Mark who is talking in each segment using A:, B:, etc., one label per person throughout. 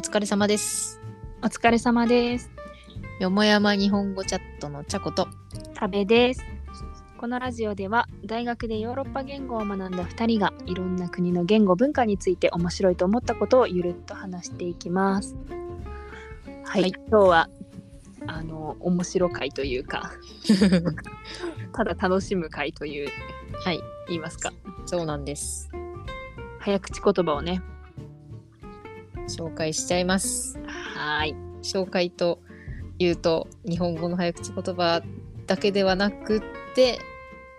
A: 疲れ様です。
B: お疲れ様です。
A: よもやま日本語チャットのちゃ こと。
B: 食べです。このラジオでは大学でヨーロッパ言語を学んだ2人がいろんな国の言語文化について面白いと思ったことをゆるっと話していきます。はい、
A: はい
B: 今日はあの面白会というかただ楽しむ会という
A: はい、
B: 言いますか
A: そうなんです。
B: 早口言葉をね
A: 紹介しちゃいます。
B: はーい
A: 紹介というと、日本語の早口言葉だけではなくって、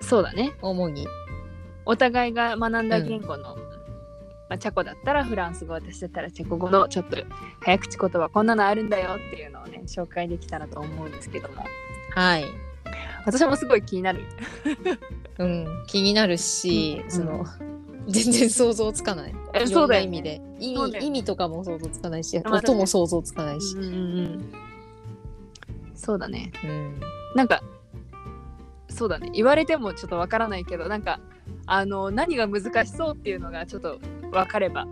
B: そうだね
A: 主に、
B: お互いが学んだ
A: うん
B: 言語の、まあ、チャコだったらフランス語私だったらチェコ語のちょっと早口言葉こんなのあるんだよっていうのをね紹介できたらと思うんですけども
A: はい、
B: 私もすごい気になる
A: うん、気になるし、
B: うん
A: その、全然想像つかない。
B: え
A: いろ
B: そうん
A: な
B: だよ
A: 意
B: ね
A: 味で。意
B: そうだよ
A: 味、
B: ね
A: 意味とかも想像つかないし、
B: まあ
A: 音も想像つかないし。
B: うんうんうんそうだね
A: うん。
B: なんかそうだね言われてもちょっとわからないけどなんかあの何が難しそうっていうのがちょっと分かれば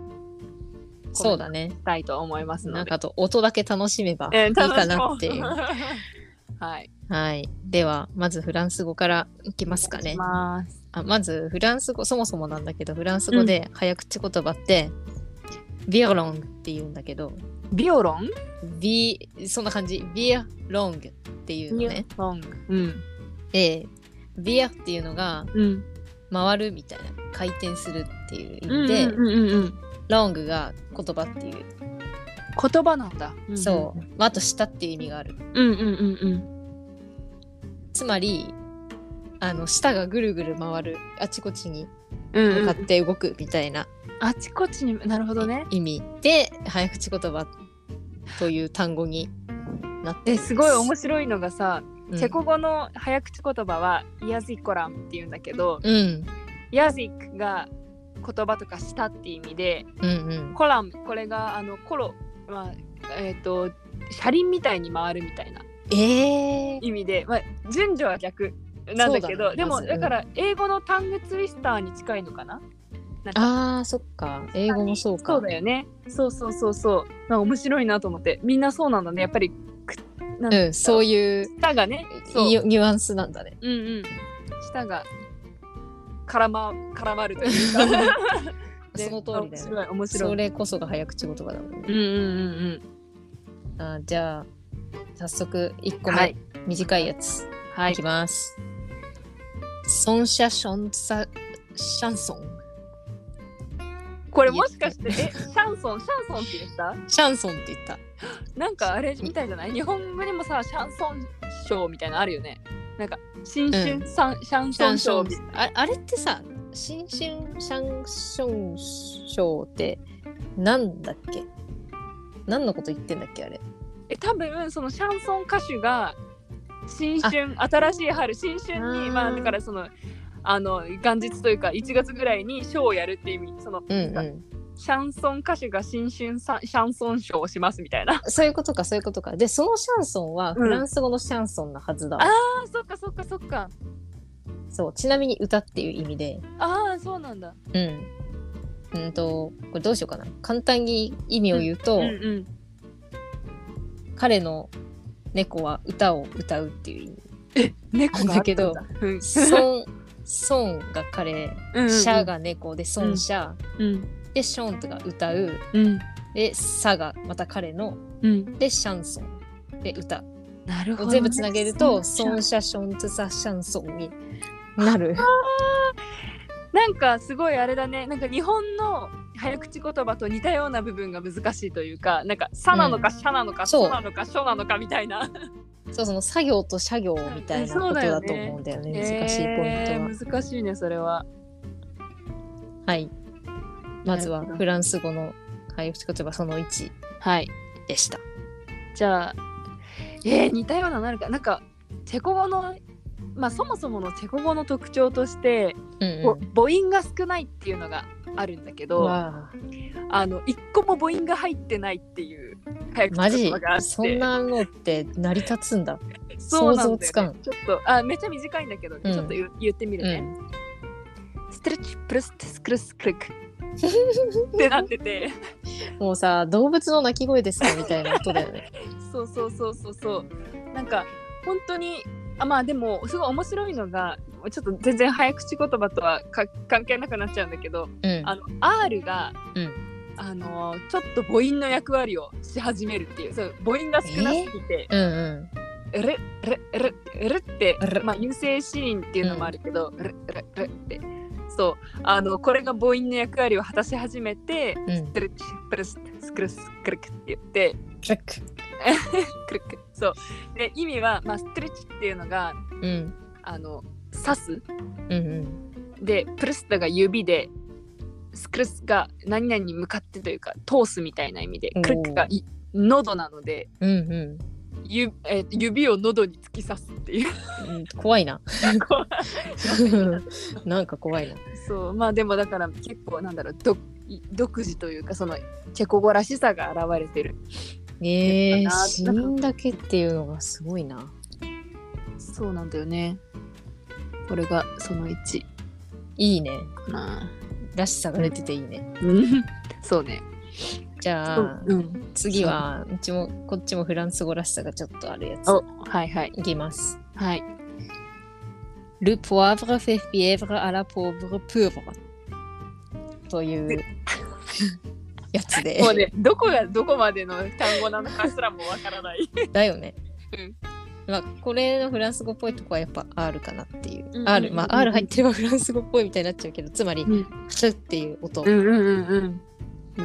A: そうだね。
B: たいと思いますので
A: なんかあと、音だけ楽しめばい
B: え
A: い
B: 楽
A: か
B: しも
A: なっていう。
B: はい
A: はい。では、まずフランス語からいきますか
B: い
A: ね
B: き。ます
A: あまず、フランス語、そもそもなんだけど、フランス語で早口言葉って、ビアロングって言うんだけど、
B: ビオロン
A: ビ、そんな感じ、ビアロングっていうのね。
B: ロング。うん。
A: で、ビアっていうのが
B: うん。
A: 回るみたいな、回転するっていう意味で、
B: で、うんうんうん、
A: ロングが言葉っていう、
B: 言葉なんだ。
A: そう、まあ、あと下っていう意味がある。
B: うん。うんうんうん
A: つまり、あの、舌がぐるぐる回る、あちこちに
B: うん。うん
A: 向
B: うん
A: かって動くみたいな
B: あちこちに、なるほどね。
A: 意味で早口言葉という単語になって
B: え、すごい面
A: い、
B: 白いのがさ、
A: うん、
B: チェコ語の早口言葉は、イヤズイコラムって言うんだけど、
A: うん
B: イヤズイクが言葉とかしたって意味で、
A: うんうん
B: コラム、これが、あの、コロ、まあ、えっ、と、車輪みたいに回るみたいな
A: えー、
B: 意味で、まあ、順序は逆なんだけど、
A: そうだね
B: で
A: ま
B: も、
A: ず
B: だから、英語のタングツイスターに近いのかな
A: あーそっか英語もそうか
B: そうだよね。そうそうそうそう。なんか面白いなと思って。みんなそうなんだね。やっぱり、くなん
A: うんそういう
B: 舌がね、そう
A: ニュニュアンスなんだね
B: うんうん。舌が絡ま絡まるというか。ね
A: その通りだよね
B: 面白い、面白
A: そ
B: い。
A: れこそが早口言葉だもん
B: うん
A: ね、
B: うんうん
A: あーじゃあ早速1
B: う
A: 個
B: ん。
A: 目、
B: はい。
A: 短いやつ、
B: はい
A: い、き。ますソンシャションサシャンソン
B: これもしかして、え、シャンソン、シャンソンって言った
A: シャンソンって言った
B: なんかあれみたいじゃない日本語でもさ、シャンソンショーみたいなのあるよね。なんか、新春さん、シャン
A: シ
B: ソ
A: ャ
B: ン
A: ン
B: シ
A: シ
B: ョ
A: ョ
B: ーみたいな。
A: ンああれってさ新春シャンションショーってなんだっけ何のこと言ってんだっけあれ
B: え多分そのシャンソン歌手が新春新しい春新春に
A: あー
B: まあだからそのあの元日というか1月ぐらいにショーをやるっていう意味その
A: うんうん
B: シャンソン歌手が新春さシャンソンショーをしますみたいなあ
A: そういうことかそういうことかでそのシャンソンは
B: うん
A: フランス語のシャンソンなはずだ、
B: あーそっかそっかそっか
A: そうちなみに歌っていう意味で
B: ああそうなんだ
A: うんうんとこれどうしようかな簡単に意味を言うと、
B: うんうん
A: 彼の猫は歌を歌うっていう意味
B: 猫があったん
A: だけど
B: うん
A: ソンソンが彼
B: うんうん
A: シャが猫でソンシャ、
B: うん
A: でショントが歌う
B: うん
A: で、サがまた彼の、
B: うん
A: で、シャンソン、で、歌。
B: なるほどね
A: 全部つなげると、
B: そ
A: ソ
B: う
A: ンシャションツザシャンソンにな る。
B: なんかすごいあれだねなんか日本の早口言葉と似たような部分が難しいというかなんか「さ」なのか「しゃ」なのか「
A: そう
B: そ」なのか「しょ」なのかみたいな、
A: そう、その作業と社業みたいなことだと思うんだよね。難しいポイントは。
B: ント難しいねそれは
A: はい。まずは
B: なるほど
A: フランス語の早口言葉その1
B: はい
A: でした。
B: じゃあえー、似たようなのあるかなんかチェコ語のまあそもそものチェコ語の特徴として、
A: うん、
B: ぼ
A: う
B: 母音が少ないっていうのがあるんだけ
A: ん。
B: ど
A: わあ、
B: あの一個も母音が入ってないっていう早
A: マ
B: 口言
A: ジ
B: 葉があって
A: そんなのって成り立つんだ。
B: そうなんだ
A: 想
B: よ
A: 像
B: ね
A: つかん
B: ちょっとあめっちゃ短いんだけどね、
A: うん
B: ちょっと言言ってみる
A: う
B: ね。
A: ん。
B: ストレッチプルステスクルスクルクってなってて
A: もうさ動物の鳴き声ですかみたいな音だよ ね
B: そうそうそうそうそうなんか本当にあまあでもすごい面白いのがちょっと全然早口言葉とはか関係なくなっちゃうんだけど
A: うん
B: あの R が、
A: うん
B: あのちょっと母音の役割をし始めるっていうそう母音が少なすぎて
A: うんうん
B: 「ルルルル」って
A: ル、
B: まあ、優勢シーンっていうのもあるけど「ルルル」ってそうあのこれが母音の役割を果たし始めて
A: うん
B: 「トゥルチプルススクルスクルク」って言って
A: チェック
B: 「クルク」そうで意味は、まあ、ストレッチっていうのが
A: うん
B: あの刺す
A: うんうん
B: でプルスタが指でスクルスが何々に向かってというか通すみたいな意味で
A: おー
B: クルックがい喉なので
A: うんうん
B: ゆ、えー指を喉に突き刺すっていう
A: うん怖いな
B: こ
A: なんか怖いな
B: う そうまあでもだから結構なんだろうど独自というかそのチェコ語らしさが現れてる
A: えー、
B: やっぱな
A: 死人だけっていうのがすごいな
B: そうなんだよねこれがその1
A: いいね
B: かな
A: らしさが出てていいね
B: うんそうね
A: じゃあ、
B: うん
A: 次はうちもこっちもフランス語らしさがちょっとあるやつ
B: おはいはい
A: いきます
B: はい
A: Le poivre fait fièvre à la pauvre pauvre というやつで
B: もうねどこがどこまでの単語なのかすらもわからない
A: だよね
B: うん。
A: まあ、これのフランス語っぽいとこはやっぱ R かなっていう。
B: うんうんうんうん
A: R、まあ R 入ってればフランス語っぽいみたいになっちゃうけど、つまり、
B: うん
A: スっていう音
B: うんうんうんうん。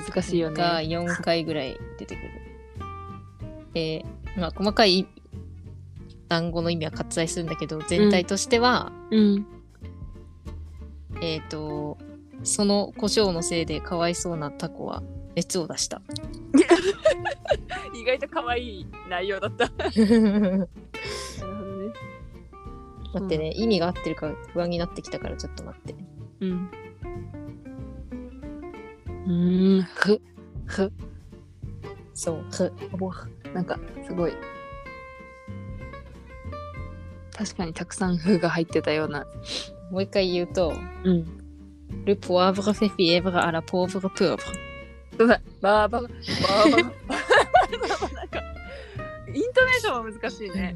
B: 難しいよ
A: が
B: ね。
A: 4回ぐらい出てくる。で、まあ細かい単語の意味は割愛するんだけど、全体としては、
B: うん。
A: えっ、と、その胡椒のせいでかわいそうなタコは熱を出 した。
B: 意外と可愛い内容だった。
A: 待
B: なるほどね。
A: ってね、意味が合ってるか不安になってきたからちょっと待って。
B: うん。うーん。ふ、ふ、
A: そう、ふ
B: ぼ、なんかすごい。確かにたくさんふが入ってたような。
A: もう一回言うと、
B: うん。
A: ルポワブルフェフィエブルアラポーブルプーブル。
B: どうだ。ばーばばばーばば。なんかイントネーションは難しいね。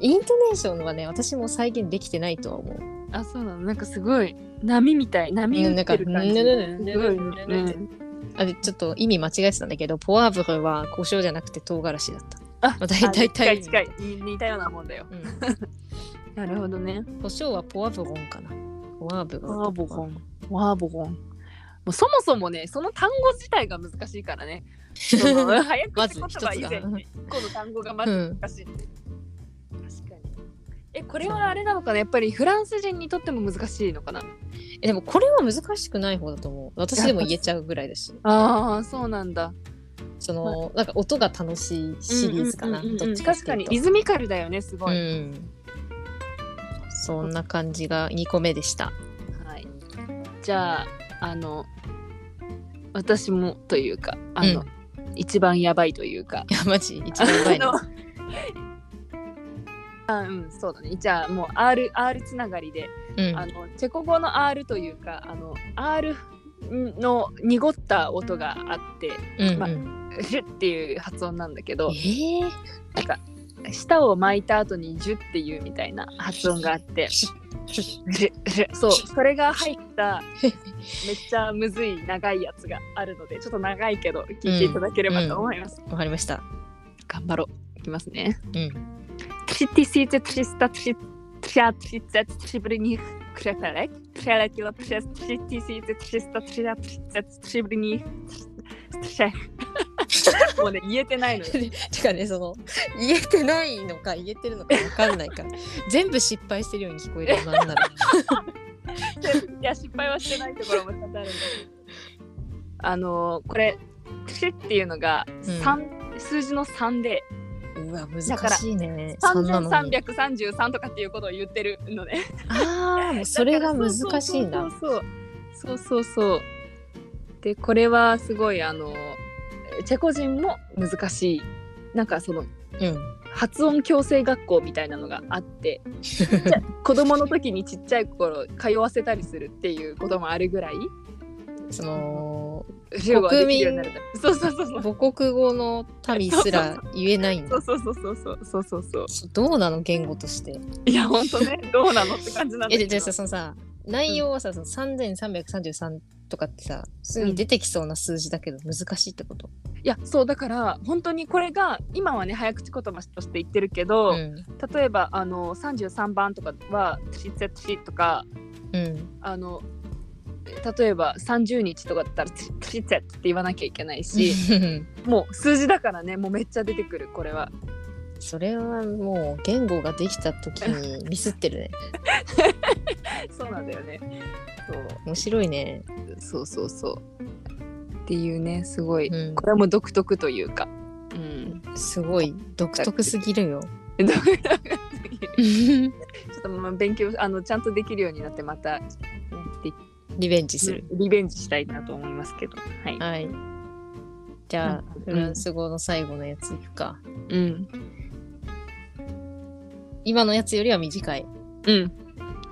A: イントネーションはね、私も再現できてないとは思う。
B: あ、そうなの。なんかすごい波みたい。波打ってる感じ。
A: うん
B: すごい
A: なんか
B: うん
A: あれ、ちょっと意味間違えてたんだけど、ポワブルは胡椒じゃなくて唐辛子だった。
B: あ
A: まあ、大体
B: 近い
A: 体
B: 近い似たようなもんだよ
A: うん
B: なるほどね
A: 胡椒はポワブロンかな。ポワブロン。
B: ワーボゴンワーボゴンもうそもそもねその単語自体が難しいからねその早口
A: まず
B: 言
A: 一つ
B: 葉以前
A: が
B: に1個の単語がま
A: う
B: ず
A: ん。
B: 難しい、確かにえこれはあれなのかなやっぱりフランス人にとっても難しいのかな
A: え、でもこれは難しくない方だと思う。私でも言えちゃうぐらいだし。
B: ああそうなんだ
A: その、なんか音が楽しいシリーズかな。
B: うんうんうんうん
A: どっちかっ
B: 確
A: て
B: か
A: いう
B: に
A: と
B: リ。ズミカルだよねすご
A: う
B: い、
A: ん。そんな感じが2個目でした。
B: はい、じゃああの私もというかあの、
A: う
B: 一番やばいというか
A: いや、マジ、一番うまいな。
B: あうんそうだねじゃあもう R, R つながりで、
A: うん
B: あのチェコ語の R というかあの R の濁った音があって
A: うん
B: まあ
A: うん。
B: 「シュ」っていう発音なんだけど
A: えー
B: なんか舌を巻いた後に「ジュ」っていうみたいな発音があって
A: シ
B: 「シュシュそうそれが入っためっちゃむずい長いやつがあるのでちょっと長いけど聞いていただければと思います、
A: わかりました。
B: 頑張ろういきますね
A: うん。
B: 30 300 330 300 krzeperek przeleciło przez 3333 z trzech. もうね、言えてないのよ。
A: てかね、その、言えてないのか、言えてるのかわかんないから、 全部失敗してるように聞こえる、なんなら。
B: いや、失敗はしてないところもちゃんとあるんだけど。あのー、これ、シっていうのが、三数字の3で、
A: うわ、難しいね。そんなのに。
B: 3333とかっていうことを言ってるのね。
A: ああ、もうそれが難しいんだ。
B: そうそうそうそうそうそうでこれはすごいあのチェコ人も難しいなんかその
A: うん。
B: 発音矯正学校みたいなのがあ って子供の時にちっちゃい頃通わせたりするっていうこともあるぐらい
A: その
B: 国
A: 国民
B: そうそうそうそう
A: 母国語の民すら言えないんだ
B: そうそうそうそうそうそうそう
A: どうなの言語として
B: いや本当ねどうなのって感じなんだ
A: え
B: け
A: じゃ
B: ど
A: あじゃあそのさ内容はさ、その3333とかってさ普通に出てきそうな数字だけど難しいってこと、
B: いやそうだから本当にこれが今はね早口言葉として言ってるけど、
A: うん
B: 例えばあの33番とかは「つしつし」とか
A: うん
B: あの例えば30日とかだったら「つしつし」って言わなきゃいけないしもう数字だからねもうめっちゃ出てくるこれは。
A: それはもう言語ができた時にミスってるね
B: そうなんだよね
A: 面白いね
B: そうそうそうそうっていうねすごい、
A: うん
B: これはもう独特というか。うん、
A: すごい独特すぎ るよ
B: 独特すぎるちょっとまあ勉強あのちゃんとできるようになってまた、ね、で
A: リベンジする、
B: リベンジしたいなと思いますけど。はい。
A: はいじゃあ、
B: うん
A: フランス語の最後のやついくか
B: うん。
A: 今のやつよりは短い
B: うん。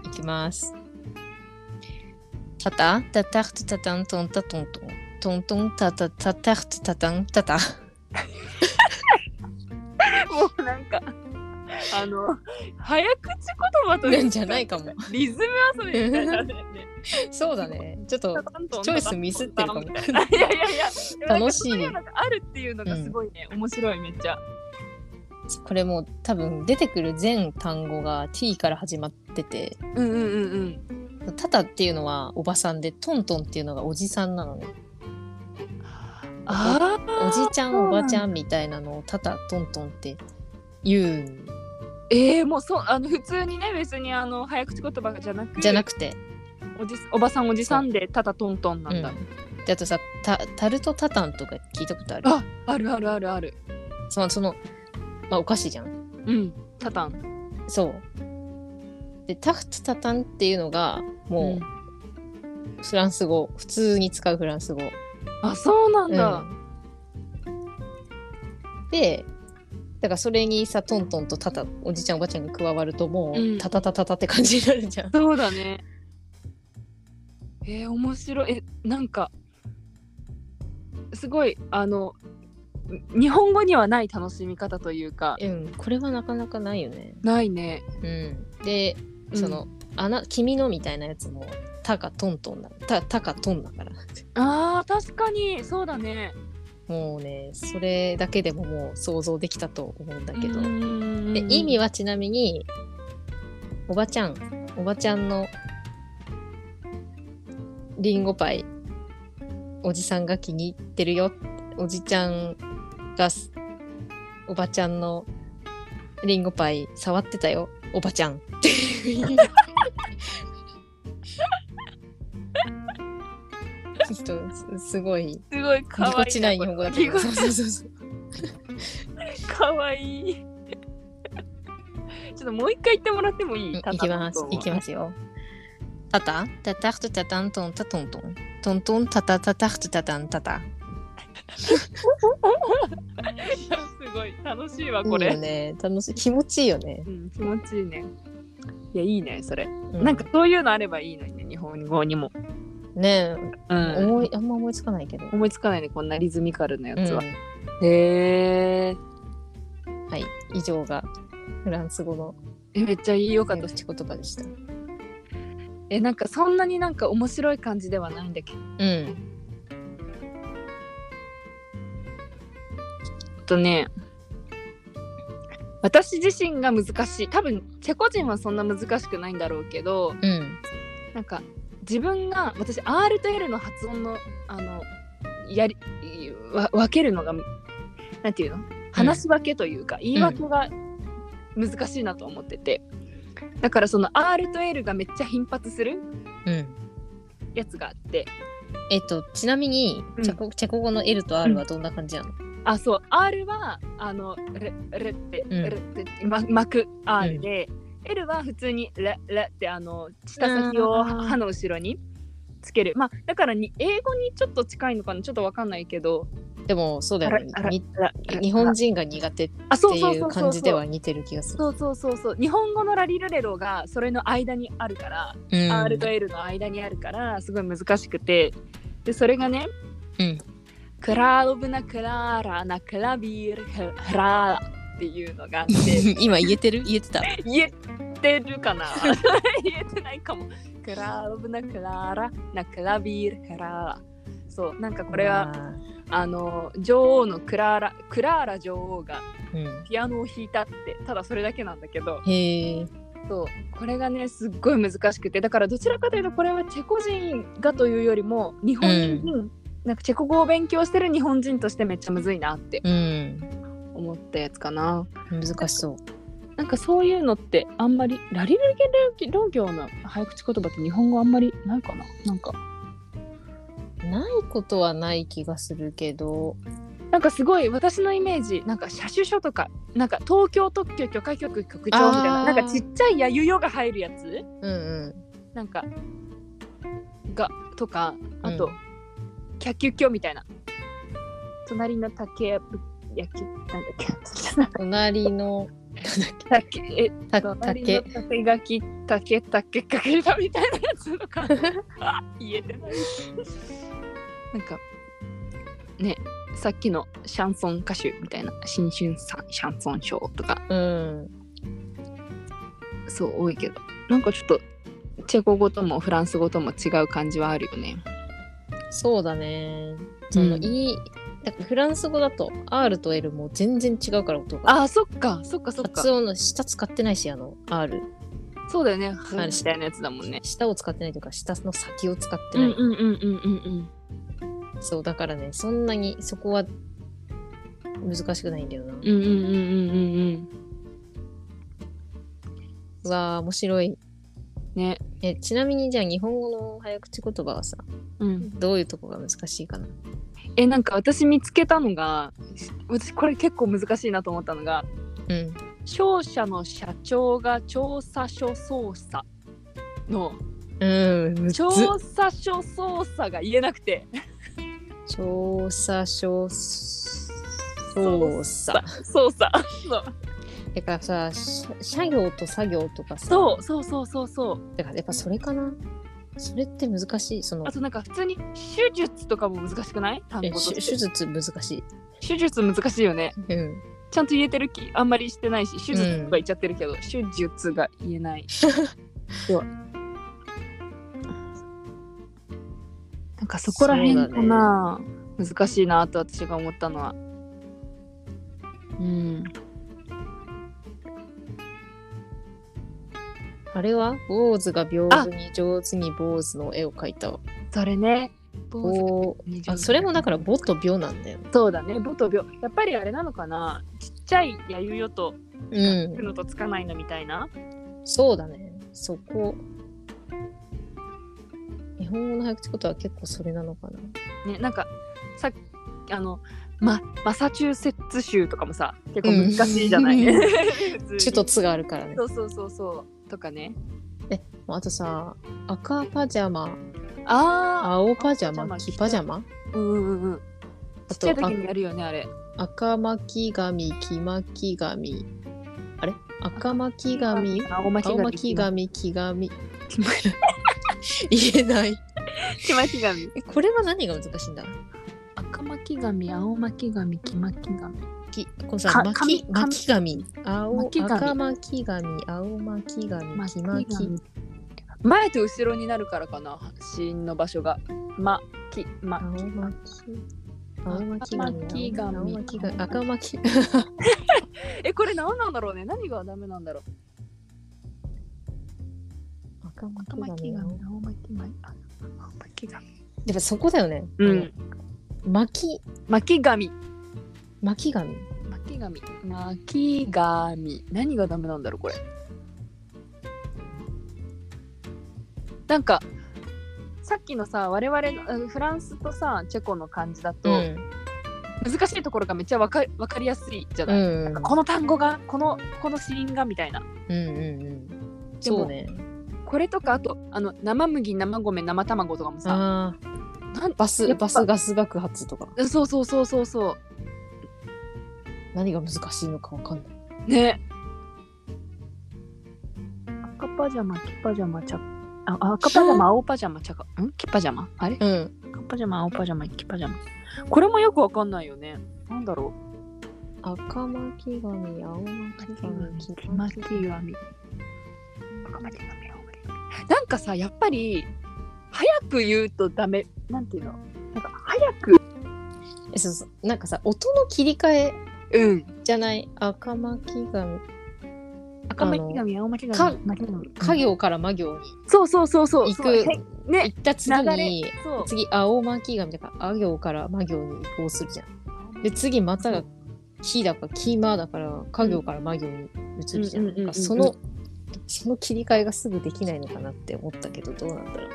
A: いきます。タタタタフタタントンタトントントントンタタタタフタタンタタ。
B: もうなんか、あの、早口言葉と
A: なんじゃないかも。
B: リズム遊びみたいなね。
A: そうだね。ちょっとチョイスミスってるかも
B: いやいやいや、でもなんか
A: 楽しい
B: そううのがあるっていうのがすごいね、面白いめっちゃ。
A: これもう多分出てくる全単語が t から始まってて、
B: うんうんうん
A: タタっていうのはおばさんでトントンっていうのがおじさんなのね。
B: うん。ああ。
A: おじちゃ
B: そ
A: ん
B: う
A: お
B: なんだ
A: ばちゃんみたいなのをタタトントンって言うん
B: えー、もうそうあの普通にね別にあの早口言葉じゃなく
A: じゃな
B: く
A: くて。
B: おじおばさんおじさんでただトントンなんだ。
A: うんであとさタタルトタタンとか聞いたことある
B: ああるあるあるある。
A: そのその、まあ、お菓子じゃん。
B: うん。タタン。
A: そう。で、タフトタタンっていうのが、
B: う
A: も
B: ん
A: う、フランス語、普通に使うフランス語。
B: あそうなんだ。
A: うんで、だからそれにさ、トントンとタタ、おじちゃんおばちゃんが加わると、もう、
B: うん
A: タタタタタって感じになるじゃん。
B: そうだね。えー、面白い。え、なんか、すごい、あの、日本語にはない楽しみ方という か、
A: うん、これはなかなかないよね。
B: ないね。
A: うん。で、
B: うん
A: その、、あな、君のみたいなやつも、タかトントンだ。タ、タかトンだから。
B: あー、確かに、そうだね。
A: もうね、それだけでももう想像できたと思うんだけど。で
B: で
A: 意味
B: は、
A: はちなみにおばちゃんおばちゃんのりんごパイおじさんが気に入ってるよおじちゃんがすおばちゃんのりんごパイ触ってたよおばちゃん っていう意味ちょっとすすごい
B: すごい可
A: ぎ
B: 愛い。
A: こちない日本語だけど
B: ぎ
A: そうそうそうそう
B: こかわいい。ちょっともう一回言ってもらってもいい。
A: うんいきます。いきますすよ。タタ、タタフトタタントンタトントン。トントンタタタタフトタタンタタ。
B: いやすごい、楽しいわ、
A: いい
B: これ。
A: よね。楽しい。気持ちいいよね。
B: うん、気持ちいいね。いや、いいね、それ。
A: う
B: なんかそういうのあればいいのにね、日本語にも。
A: ね
B: う
A: え、
B: ん、
A: 思い、あんま思いつかないけど。
B: 思いつかないね、こんなリズミカルなや
A: うん
B: つは。へえ。
A: はい。以上がフランス語の
B: えめっちゃいいよかった
A: 口言葉でした。
B: え、なんかそんなになんか面白い感じではないんだけど、
A: うん。
B: ちょっとね、私自身が難しい。多分、チェコ人はそんな難しくないんだろうけど、
A: うん。
B: なんか自分が私 R と L の発音のあのやりわ分けるのがなんていうの話し分けというか、言い訳が難しいなと思ってて、だからその R と L がめっちゃ頻発する
A: うん。
B: やつがあって
A: えっと、ちなみに、
B: うん
A: チェコチェコ語の L と R はどんな感じなの、
B: あそう R はあの「レレ」って「
A: うん
B: レ」ってま巻く R で、L は普通に「レ」レってあの舌先を
A: あー
B: 歯の後ろにつけるまあだからに英語にちょっと近いのかなちょっとわかんないけど
A: でも、そうだよね
B: あら。
A: に
B: あらあら
A: 日本人が苦手っ
B: あそう
A: て
B: そう
A: い
B: そうう
A: 感じでは
B: そう
A: 似てる気がする。
B: そうそうそうそう日本語のラリルレロがそれの間にあるから、
A: うん
B: R と L の間にあるからすごい難しくてでそれがね
A: うん
B: クラーブなクラーラなクラビールクラーラっていうのがあって
A: 今言えてる言えてた。
B: 言えてるかな 言えてないかもクラーブなクラーラなクラビールクラーラそうなんかこれはあの女王のクラーラクラーラ女王が
A: うわー。
B: ピアノを弾いたってただそれだけなんだけど
A: うん、へえ。
B: そうこれがねすっごい難しくてだからどちらかというとこれはチェコ人がというよりも日本人、なんかチェコ語を勉強してる日本人としてめっちゃむずいなって
A: うん。
B: 思ったやつかな
A: 難しそう。
B: なんかそういうのってあんまりラリルゲ論業の早口言葉って日本語あんまりないかななんか
A: ないことはない気がするけど。
B: なんかすごい私のイメージなんか車種書とかなんか東京特許許可局局長みたい
A: あー
B: ななんかちっちゃいやゆよが入るやつ
A: うんうん。
B: なんかがとかあと、
A: うん
B: キャキュキョみたいな隣の竹やぶやきなんだっけ
A: 隣の。
B: 竹え
A: た
B: 隣の
A: 竹。
B: 竹垣竹竹かけたみたいなやつとか あ言えてないなんかねさっきのシャンソン歌手みたいな新春さんシャンソンショーとか
A: うん。
B: そう多いけどなんかちょっとチェコ語ともフランス語とも違う感じはあるよね
A: そうだね。その、
B: うん
A: いい。だからフランス語だと R と L も全然違うから音が。
B: あーそっかそっかそっか
A: 発音の下使ってないし、あの R。
B: そうだよね。ふ
A: あ
B: み
A: れ
B: たいなやつだもんね。
A: 下を使ってないというか、下の先を使ってない。
B: んうんうんうん
A: そう、だからね、そんなにそこは難しくないんだよな。
B: うんうんうんうんうんうん。
A: うわあ、面白い。
B: ね。
A: え、ちなみにじゃあ日本語の早口言葉はさ、
B: うん、
A: どういうとこが難しいかな
B: えなんか私見つけたのが私これ結構難しいなと思ったのが
A: うん。
B: 商社の社長が調査書捜査の
A: うん、むずっ
B: 調査書捜査が言えなくて
A: 調査書操作。
B: 捜査そう
A: だからさ、し社業と作業とかさ、
B: そうそうそうそうそう
A: だからやっぱそれかなそれって難しい。その
B: あ、となんか普通に手術とかも難しくない単
A: え
B: 語と
A: 手
B: して
A: 手術難しい。
B: 手術難しいよね
A: うん。
B: ちゃんと言えてる気あんまりしてないし手術とか言っちゃってるけど、手術が言え ないそうなんかそこら辺かな、難しいなと私が思ったのはうん
A: あれは坊主が屏風に上手に坊主の絵を描いたわ。
B: それね坊
A: お
B: 主が
A: あそれもだから、ぼとびょなんだよ。
B: そうだねボト病やっぱりあれなのかなちっちゃいやゆよと
A: う
B: つ
A: ん
B: く。のとつかないのみたいな、
A: そうだね。そこ。日本語の早口言葉は結構それなのかな。
B: ねなんかさあのま、マサチューセッツ州とかもさ結構難しいじゃない、
A: うん
B: 普通に
A: ちょっとつがあるからね
B: そ。うそうそうそうとかね
A: あとさ、赤パジャマ、
B: あ
A: 青パジャマ、
B: 青
A: 黄パジャマ
B: あうんうんうんち
A: あ
B: っちゃ
A: と
B: い時にやるよねあれ
A: あ赤巻紙、黄巻紙。あれ赤巻紙
B: 青巻
A: 青
B: 紙
A: 巻紙、黄 紙。言えない。
B: 黄巻 紙
A: えこれは何が難しいんだ
B: 赤巻紙青巻紙黄巻紙
A: きこのさ
B: か
A: 巻き
B: 紙
A: 巻き紙青
B: 巻紙
A: 赤巻き紙青巻き紙
B: 巻
A: 黄巻き
B: 紙前と後ろになるからかな死因の場所がまきま
A: 青巻き青巻き紙
B: 赤
A: 青
B: 巻紙
A: 巻き紙赤巻き
B: えこれ何なんだろうね何がダメなんだろう
A: 赤巻
B: 赤
A: き
B: 巻
A: 紙
B: 紙
A: や
B: 青巻紙あ青巻紙
A: っぱそこだよね
B: うん
A: 巻き
B: 巻紙
A: 巻き紙
B: 巻き紙巻き紙何がダメなんだろうこれなんかさっきのさ我々のうんフランスとさチェコの感じだと、
A: うん
B: 難しいところがめっちゃわかわかりやすいじゃ
A: う
B: ない、
A: んうん
B: この単語がこのこの子音がみたいな
A: うんうんうんそうね
B: これとかあとあの生麦生米生卵とかもさ
A: あー
B: なん
A: バス
B: やっぱ
A: バスガス爆発とか
B: そうそうそうそうそ
A: 何が難しいのかわかんないう
B: ね赤パジャマ黄パジャマ茶あ赤パジャマ青パジャマ茶かん黄パジャマあれ
A: うん
B: 赤パジャマ青パジャマ黄パジャマこれもよくわかんないよねなんだろ
A: 赤巻き紙、青巻
B: う
A: き紙、黄
B: 黄
A: 巻
B: 巻
A: き
B: き
A: 紙。
B: 紙赤巻き紙青巻き紙なんかさやっぱり早く言うとダメなんていうのなんか早く
A: えそうそうなんかさ、音の切り替え
B: うん
A: じゃない赤巻き紙。
B: 赤巻き紙青巻き
A: か
B: 紙巻き紙
A: 家業から魔行に
B: そうそうそうそう
A: 行く
B: そうへね
A: 行った次に、
B: そう
A: 次青巻き紙だから、あ行から魔行に移行するじゃん。で、次またが木だから、キーマーだから、家業から魔行に移るじゃん。
B: うんうんうんうんうん
A: なんかその、その切り替えがすぐできないのかなって思ったけど、どうなんだろう。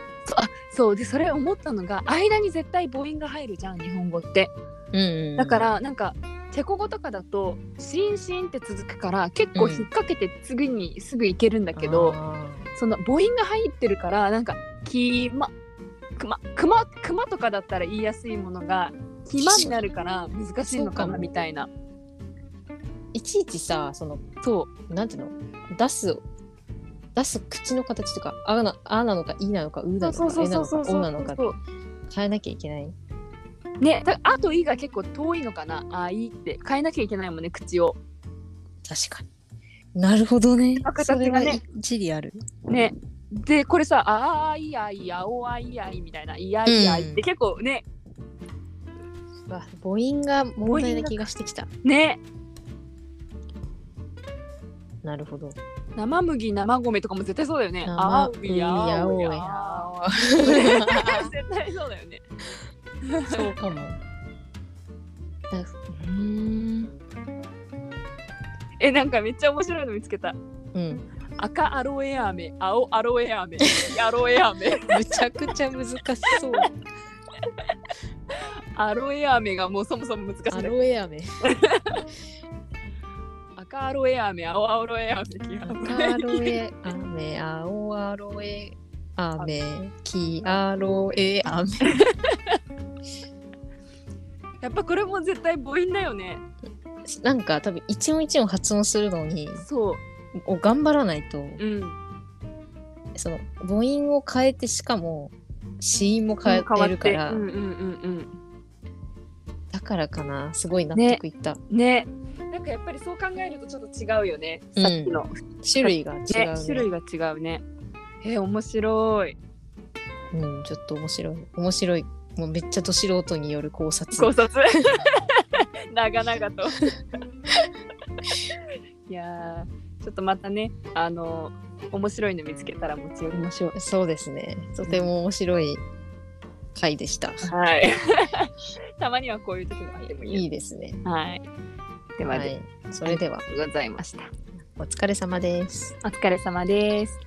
B: そうでそれ思ったのが間に絶対母音が入るじゃん日本語って
A: うんうんうん
B: だか、らなんかチェコ語とかだと「シンシン」って続くから結構引っ掛けて次にすぐ行けるんだけど、
A: あ
B: その母音が入ってるからなんか「きま」くま「くま」「くま」とかだったら言いやすいものが「きま」になるから難しい
A: そう
B: のか
A: かも
B: なみたいな
A: ーいちいちさ、その、
B: そう
A: なんていうの出す出す口の形とかあなあなのかいなのかうなのかえなのかおなのか
B: そう
A: 変えなきゃいけない
B: ねだあと「い」が結構遠いのかな「あい」って変えなきゃいけないもんね口を
A: 確かになるほどね
B: 形
A: そ
B: が
A: れ
B: ね
A: が一理ある
B: ねでこれさ「ああいあいあおあいあい」みたいな「いやいやい」って結構ね、
A: わ母音が問題な気がしてきた
B: ね
A: なるほど
B: 生麦生米とかも絶対そうだよね。
A: 生
B: あうやあうやあうや絶対そうだよね。
A: そうかもなんかうーん
B: えなんかめっちゃ面白いの見つけた。
A: うん
B: 赤アロエ飴、青アロエ飴、黄アロエ飴。
A: むちゃくちゃ難しそう
B: アロエ飴がもうそもそも難しい
A: ア
B: ね。
A: ロエ飴
B: 赤アロエ飴、青アロエ飴、黄
A: 赤ア
B: アロ
A: ロ
B: エ飴。
A: エ飴青アロエ飴黄アロエ飴
B: やっぱこれも絶対母音だよね。
A: なんか多分一音一音発音するのに
B: そ
A: を頑張らないと
B: う。うん。
A: その母音を変えてしかも子音も変えてるから、
B: うんうんうん
A: だからかなすごい納得いった、
B: うん。ね。なんかやっぱりそう考えるとちょっと違うよね。さっきの
A: 種類が違う、ね
B: ね、種類が違うね。えー、面白い。
A: うん、ちょっと面白い面白いもうめっちゃど素人による考察
B: 考 察長々と。 いやーちょっとまたね、あの面白いの見つけたら持ち寄りましょう。
A: そうですねとても面白い回でした、
B: はい。 たまにはこういう時もあってもいい。
A: いいですね
B: はい。では、
A: は
B: で
A: いそれでは
B: ございました。
A: お疲れ様です
B: お疲れ様です。